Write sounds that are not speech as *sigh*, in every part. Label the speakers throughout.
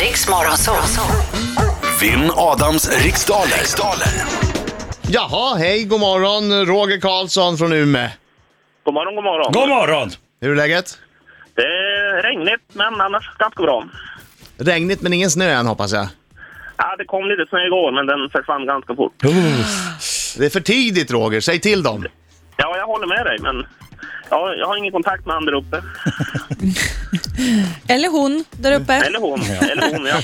Speaker 1: Riks Morgonzoo.
Speaker 2: Vinn Adams riksdaler. riksdaler.
Speaker 3: Jaha, hej, god morgon, Roger Karlsson från Umeå.
Speaker 4: God morgon, god morgon.
Speaker 5: God morgon!
Speaker 3: Hur är läget?
Speaker 4: Det är regnigt, men annars ganska bra.
Speaker 3: Regnigt men ingen snö än hoppas jag.
Speaker 4: Ja, det kom lite snö igår, men den försvann ganska fort.
Speaker 3: Det är för tidigt Roger, säg till dem.
Speaker 4: Ja, jag håller med dig, men ja, jag har ingen kontakt med han där uppe.
Speaker 6: Eller hon där uppe.
Speaker 4: Eller
Speaker 5: *laughs*
Speaker 4: hon. Eller hon, ja.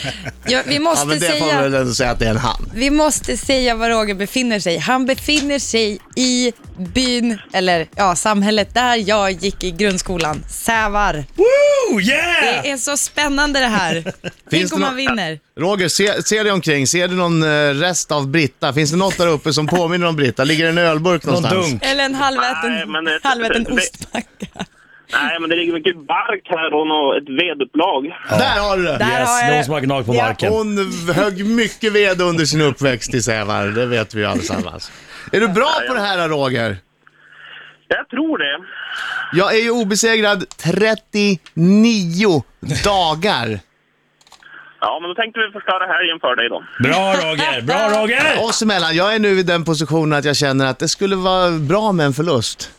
Speaker 6: Ja, vi,
Speaker 3: Ja
Speaker 6: måste
Speaker 3: men det får man
Speaker 6: säga,
Speaker 3: väl ändå säga att det är en han.
Speaker 6: vi måste säga var Roger befinner sig. Han befinner sig i byn, eller ja, samhället där jag gick i grundskolan. Sävar.
Speaker 5: Woo! Yeah!
Speaker 6: Det är så spännande det här. Tänk
Speaker 3: det
Speaker 6: om man
Speaker 3: nå-
Speaker 6: vinner.
Speaker 3: Roger, se, ser dig omkring, ser du någon eh, rest av Britta? Finns det något där uppe som påminner om Britta? Ligger det en ölburk
Speaker 5: Någon
Speaker 3: någonstans?
Speaker 5: dunk.
Speaker 6: Eller en
Speaker 4: Nej,
Speaker 6: halväten,
Speaker 4: men det-
Speaker 6: halväten
Speaker 4: det-
Speaker 6: ostmacka.
Speaker 4: Nej, men det ligger mycket bark här och nå- ett vedupplag.
Speaker 3: Där har du det!
Speaker 6: Där
Speaker 5: Yes,
Speaker 6: har jag det.
Speaker 5: någon som har gnagt på
Speaker 6: Ja.
Speaker 5: marken.
Speaker 3: Hon högg mycket ved under sin uppväxt i Sävar, det vet vi ju allesammans. Är du bra på det här Roger?
Speaker 4: Jag tror det.
Speaker 3: Jag är ju obesegrad 39 dagar.
Speaker 4: Ja, men då tänkte vi förstöra helgen för dig då.
Speaker 5: Bra Roger, bra
Speaker 3: *laughs*
Speaker 5: Roger!
Speaker 3: Oss emellan, jag är nu i den positionen att jag känner att det skulle vara bra med en förlust.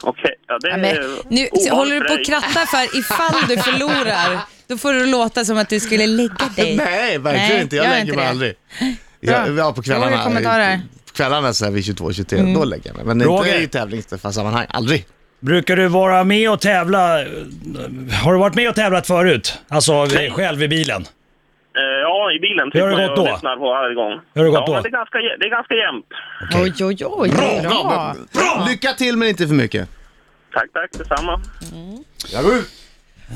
Speaker 4: Okej, ja, det
Speaker 6: Ja,
Speaker 4: är
Speaker 6: men, nu
Speaker 4: ovanligt
Speaker 6: håller du
Speaker 4: för
Speaker 6: på
Speaker 4: dig.
Speaker 6: att kratta för ifall du förlorar, då får du låta som att du skulle lägga
Speaker 3: *laughs*
Speaker 6: dig.
Speaker 3: Nej, verkligen
Speaker 6: Nej,
Speaker 3: inte. Jag
Speaker 6: gör
Speaker 3: lägger
Speaker 6: inte
Speaker 3: mig
Speaker 6: det. *laughs*
Speaker 3: aldrig.
Speaker 6: Bra.
Speaker 3: Jag, ja, på
Speaker 6: Roger, kommentarer. Mm.
Speaker 3: kvällarna. Kvällarna så här vid 22-23, då lägger jag mig. Men
Speaker 5: Roger.
Speaker 3: inte i tävlingssammanhang, aldrig.
Speaker 5: Brukar du vara med och tävla? Har du varit med och tävlat förut? Alltså själv i bilen?
Speaker 4: Eh, Ja, i bilen
Speaker 5: Hur har det
Speaker 4: sitter jag
Speaker 5: gått då?
Speaker 4: och lyssnar på varje gång.
Speaker 5: Hur har det gått
Speaker 4: ja,
Speaker 5: då?
Speaker 4: Men det, är ganska, jä- det är ganska jämnt.
Speaker 6: Oj, oj, oj. Bra.
Speaker 3: Lycka till men inte för mycket.
Speaker 4: Tack, tack. Detsamma.
Speaker 3: Jag går ut.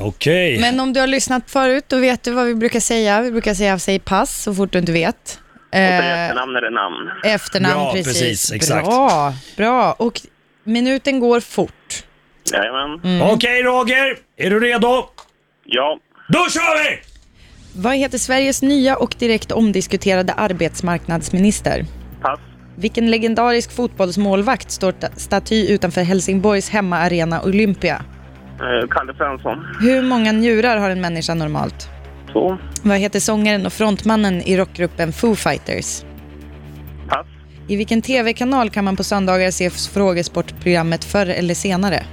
Speaker 5: Okej.
Speaker 6: Men om du har lyssnat förut, då vet du vad vi brukar säga. Vi brukar säga säg pass så fort du inte vet.
Speaker 4: Och så
Speaker 6: Eh,
Speaker 4: efternamn är det namn.
Speaker 6: efternamn,
Speaker 5: Ja,
Speaker 6: precis.
Speaker 5: precis, exakt.
Speaker 6: Bra, bra. Och minuten går fort.
Speaker 4: Jajamän.
Speaker 6: Mm.
Speaker 5: Okej Roger, är du redo?
Speaker 4: Ja.
Speaker 5: Då kör vi!
Speaker 6: Vad heter Sveriges nya och direkt omdiskuterade arbetsmarknadsminister?
Speaker 4: Pass.
Speaker 6: Vilken legendarisk fotbollsmålvakt står ta- staty utanför Helsingborgs hemmaarena Olympia?
Speaker 4: Eh, Kalle Svensson.
Speaker 6: Hur många njurar har en människa normalt?
Speaker 4: Två.
Speaker 6: Vad heter sångaren och frontmannen i rockgruppen Foo Fighters?
Speaker 4: Pass.
Speaker 6: I vilken tv-kanal kan man på söndagar se frågesportprogrammet Förr eller senare?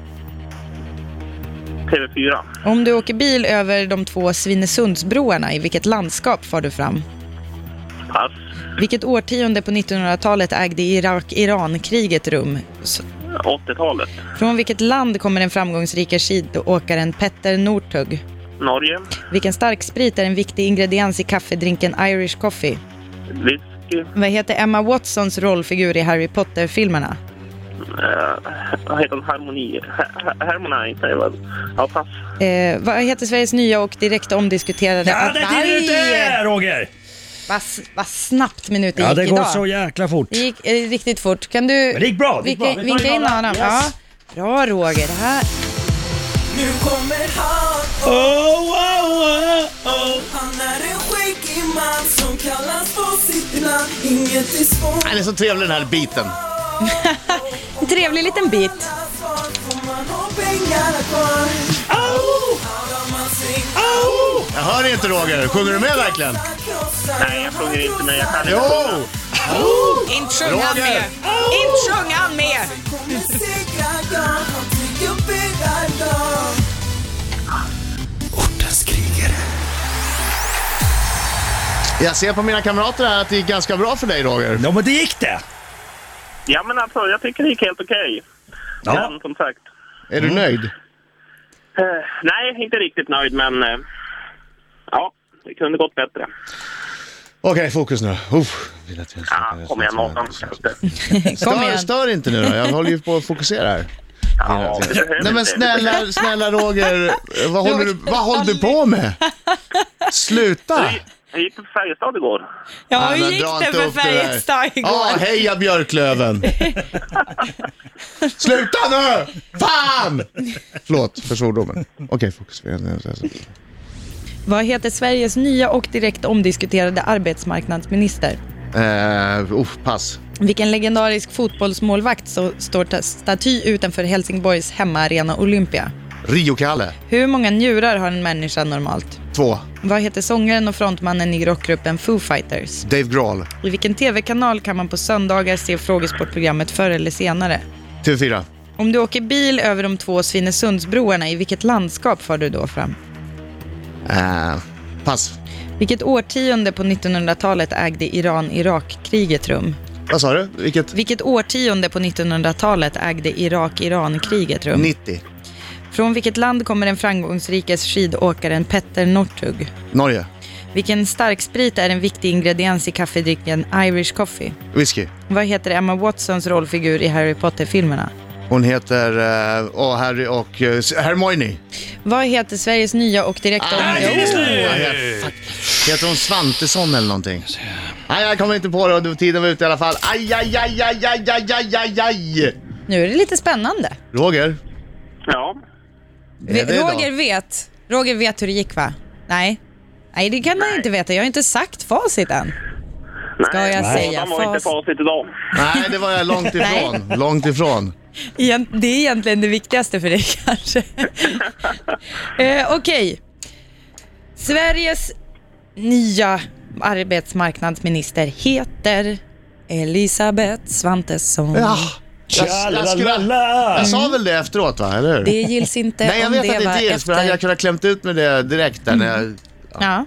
Speaker 4: TV4.
Speaker 6: Om du åker bil över de två Svinesundsbroarna, i vilket landskap far du fram?
Speaker 4: Pass.
Speaker 6: Vilket årtionde på 1900-talet ägde Irak-Iran-kriget rum? S-
Speaker 4: 80-talet.
Speaker 6: Från vilket land kommer den framgångsrika skidåkaren Petter Northug?
Speaker 4: Norge.
Speaker 6: Vilken starksprit är en viktig ingrediens i kaffedrinken Irish Coffee?
Speaker 4: Whisky.
Speaker 6: Vad heter Emma Watsons rollfigur i Harry Potter-filmerna?
Speaker 4: Eh, vad heter den? Harmoni. Ha- ha- Harmoni säger jag väl. Ja, pass.
Speaker 6: Eh, vad heter Sveriges nya och direkt omdiskuterade...
Speaker 5: Ja, det är du
Speaker 6: Nej!
Speaker 5: inte Roger!
Speaker 6: Vad s- vad snabbt minuten
Speaker 5: Ja,
Speaker 6: gick
Speaker 5: det går
Speaker 6: idag.
Speaker 5: så jäkla fort.
Speaker 6: Det gick eh, riktigt fort. Kan du
Speaker 5: Men det gick bra, det gick
Speaker 6: vinka-
Speaker 5: bra. Vi tar
Speaker 6: vinka
Speaker 5: det
Speaker 6: in
Speaker 5: bara.
Speaker 6: Adam?
Speaker 5: Yes.
Speaker 6: Ja. Bra Roger, det här...
Speaker 7: Nu kommer han,
Speaker 5: Oh, oh, oh, oh.
Speaker 7: han är en skäggig man som kallas på sitt namn Inget är svårt
Speaker 3: Han är så trevlig den här biten.
Speaker 6: En trevlig liten bit.
Speaker 7: Får man ha pengarna kvar Adam han singlar
Speaker 5: Oh.
Speaker 3: Jag hör inte Roger, Eh, sjunger du med verkligen?
Speaker 7: krossar
Speaker 4: Nej, jag sjunger inte med. Jag kan inte
Speaker 3: Jo!
Speaker 4: sjunga.
Speaker 6: Inte sjung
Speaker 3: han Roger! med.
Speaker 6: Inte sjung han med!
Speaker 7: Kommer segra, ja, han tycker bäddar dag
Speaker 2: Ortens krigare.
Speaker 3: Jag ser på mina kamrater här att det gick ganska bra för dig Roger.
Speaker 5: Ja, men det gick det.
Speaker 4: Ja, men alltså, jag tycker det gick helt okej.
Speaker 5: Ja.
Speaker 4: Men som sagt.
Speaker 3: Är du nöjd?
Speaker 4: Eh, nej, inte riktigt nöjd, men... Eh, ja, det kunde gått bättre.
Speaker 3: Okej, fokus nu. Uff.
Speaker 4: Ja, kom igen, Adam.
Speaker 6: Kom
Speaker 3: Stör,
Speaker 6: igen.
Speaker 3: stör inte nu då, jag håller ju på att fokusera här.
Speaker 4: Ja, det behöver
Speaker 3: Nej men
Speaker 4: inte.
Speaker 3: snälla, snälla Roger, vad håller du, vad håller du på med? Sluta!
Speaker 4: Jag gick på Färjestad igår.
Speaker 6: Ja,
Speaker 3: Nej, men
Speaker 6: hur gick
Speaker 3: dra
Speaker 6: det
Speaker 3: inte
Speaker 6: för
Speaker 3: upp det där.
Speaker 6: Färjestad igår?
Speaker 3: Ja, heja Björklöven! Sluta nu! Fan! Förlåt för svordomen. Okej, fokus.
Speaker 6: Vad heter Sveriges nya och direkt omdiskuterade arbetsmarknadsminister?
Speaker 3: Eh, uff, pass.
Speaker 6: Vilken legendarisk fotbollsmålvakt så står ta- staty utanför Helsingborgs hemmaarena Olympia?
Speaker 3: Rio-Kalle.
Speaker 6: Hur många njurar har en människa normalt?
Speaker 3: Två.
Speaker 6: Vad heter sångaren och frontmannen i rockgruppen Foo Fighters?
Speaker 3: Dave Grohl.
Speaker 6: I vilken tv-kanal kan man på söndagar se frågesportprogrammet förr eller senare?
Speaker 3: TV4.
Speaker 6: Om du åker bil över de två Svinesundsbroarna, i vilket landskap far du då fram?
Speaker 3: Eh, pass.
Speaker 6: Vilket årtionde på 1900-talet ägde Iran-Irak-kriget rum?
Speaker 3: Vad sa du? Vilket?
Speaker 6: Vilket årtionde på 1900-talet ägde Irak-Iran-kriget rum?
Speaker 3: 90.
Speaker 6: Från vilket land kommer den framgångsrike skidåkaren Petter Northug?
Speaker 3: Norge.
Speaker 6: Vilken starksprit är en viktig ingrediens i kaffedrycken Irish Coffee?
Speaker 3: Whisky.
Speaker 6: Vad heter Emma Watsons rollfigur i Harry Potter-filmerna?
Speaker 3: Hon heter... eh, Åh, Harry och... eh, Hermione.
Speaker 6: Vad heter Sveriges nya och direkta...
Speaker 3: Åh,
Speaker 6: Ah,
Speaker 3: jag- fuck. Heter hon Svantesson eller någonting? Nej, jag kommer inte på det. och Tiden var ute i alla fall. Aj, aj, aj, aj, aj, aj, aj, aj, aj.
Speaker 6: nu är det lite spännande.
Speaker 3: Roger.
Speaker 4: Ja.
Speaker 3: Är det idag?
Speaker 6: Roger vet. Roger vet hur det gick va? Nej. Nej, det kan han inte veta. Jag har inte sagt facit än. Ska jag säga
Speaker 4: De har inte
Speaker 6: facit?
Speaker 4: facit idag.
Speaker 3: Nej, det var jag
Speaker 6: *laughs*
Speaker 3: långt ifrån. långt ifrån.
Speaker 6: Egent- Det är egentligen det viktigaste för dig *laughs* kanske. eh, Okej. Sveriges nya arbetsmarknadsminister heter Elisabeth Svantesson.
Speaker 3: Ja, jag, jag, skulle,
Speaker 5: Tjalalala!
Speaker 3: jag sa väl det efteråt, va? Eller hur?
Speaker 6: Det gills inte
Speaker 3: Nej, jag
Speaker 6: om
Speaker 3: vet
Speaker 6: det
Speaker 3: att det
Speaker 6: var
Speaker 3: inte gills, men
Speaker 6: efter... Mm.
Speaker 3: jag kunde ha klämt ut med det direkt där när jag...
Speaker 6: Ja.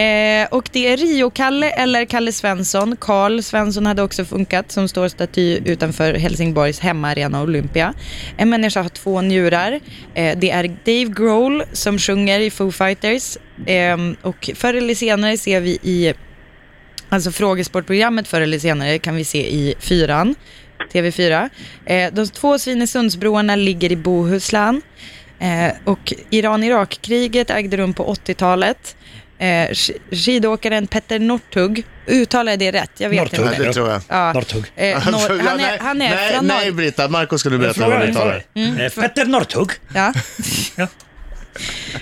Speaker 6: Eh, och det är Rio-Kalle eller Kalle Svensson. Karl Svensson hade också funkat som står staty utanför Helsingborgs hemmaarena Olympia. En människa har två njurar. Eh, det är Dave Grohl som sjunger i Foo Fighters. Eh, och förr eller senare ser vi i Alltså frågesportprogrammet förr eller senare kan vi se i fyran, TV4. Eh, de två Svinesundsbroarna ligger i Bohuslän. Eh, och Iran-Irak-kriget ägde rum på 80-talet. Eh, sk- skidåkaren Petter Northug, uttalar jag det rätt? Jag vet
Speaker 5: Northug.
Speaker 3: Ja,
Speaker 6: inte.
Speaker 3: det tror jag.
Speaker 6: Ja.
Speaker 5: Northug.
Speaker 6: Mm.
Speaker 3: *laughs*
Speaker 6: Eh, nor- han är,
Speaker 3: nej,
Speaker 6: han är
Speaker 3: nej,
Speaker 6: från
Speaker 3: nej,
Speaker 6: Norge.
Speaker 3: Britta. Marco skulle
Speaker 5: Jag
Speaker 3: berätta vad
Speaker 5: frågar
Speaker 3: han
Speaker 5: dig
Speaker 3: uttalar.
Speaker 5: för.
Speaker 6: Mm.
Speaker 5: Eh, Petter Northug.
Speaker 6: Ja. *laughs*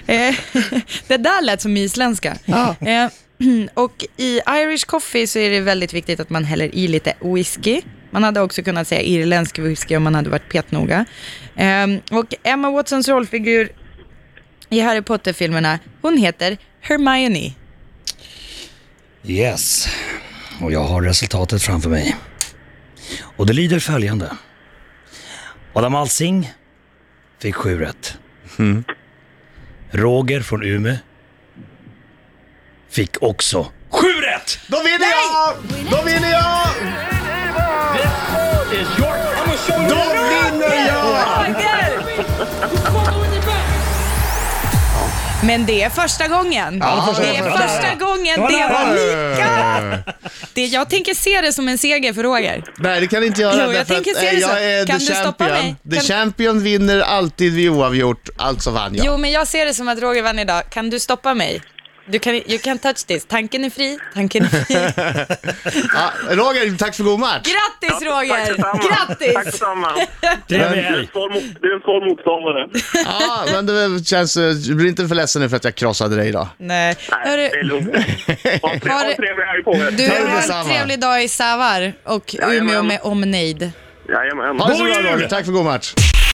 Speaker 6: Eh, *laughs* det där lät som isländska. Eh, *clears throat* Och i Irish coffee så är det väldigt viktigt att man häller i lite whisky. Man hade också kunnat säga irländsk whisky om man hade varit petnoga. Eh, Och Emma Watsons rollfigur i Harry Potter-filmerna, hon heter Hermione.
Speaker 5: Yes. Och jag har resultatet framför mig. Och det lyder följande. Adam Alsing fick sju rätt. Roger från Umeå fick också sju rätt!
Speaker 3: Då vinner jag! Då vinner jag! Då vinner jag!
Speaker 6: Men det är första gången. det är första gången det
Speaker 5: var
Speaker 6: var
Speaker 5: nära.
Speaker 6: lika. Det, jag tänker se det som en seger för Roger.
Speaker 3: Nej, det kan jag inte göra.
Speaker 6: Jo, jag
Speaker 3: därför
Speaker 6: tänker
Speaker 3: att,
Speaker 6: se
Speaker 3: eh,
Speaker 6: det så.
Speaker 3: jag är
Speaker 6: Kan
Speaker 3: the
Speaker 6: du stoppa
Speaker 3: champion.
Speaker 6: mig?
Speaker 3: The
Speaker 6: Kan-
Speaker 3: champion vinner alltid vid oavgjort, alltså vann jag.
Speaker 6: Jo, men jag ser det som att Roger vann idag. Kan du stoppa mig? Du kan, you can touch this. Tanken är fri, tanken är
Speaker 4: *laughs*
Speaker 6: fri.
Speaker 3: Ja, Roger, tack för god match.
Speaker 6: Grattis
Speaker 4: Tack
Speaker 6: Roger!
Speaker 4: detsamma. Tack
Speaker 6: Grattis!
Speaker 4: detsamma.
Speaker 5: Trevlig
Speaker 4: Du är en
Speaker 5: helg.
Speaker 4: svår mot- Du är en svår motståndare.
Speaker 3: Ja, men det känns, eh, du blir inte för ledsen nu för att jag krossade dig idag.
Speaker 6: Nej.
Speaker 4: Nej, det är
Speaker 6: Hörru,
Speaker 4: lugnt. Ha en tre-
Speaker 6: Har-
Speaker 4: ha en trevlig helg på er.
Speaker 6: du
Speaker 3: Tack
Speaker 6: har en
Speaker 3: detsamma.
Speaker 6: trevlig dag i Sävar och
Speaker 4: Jajamän.
Speaker 6: Umeå med omnejd.
Speaker 4: Jajamän.
Speaker 3: Ha det så
Speaker 5: God
Speaker 3: bra
Speaker 5: jul!
Speaker 3: Roger, tack för god match.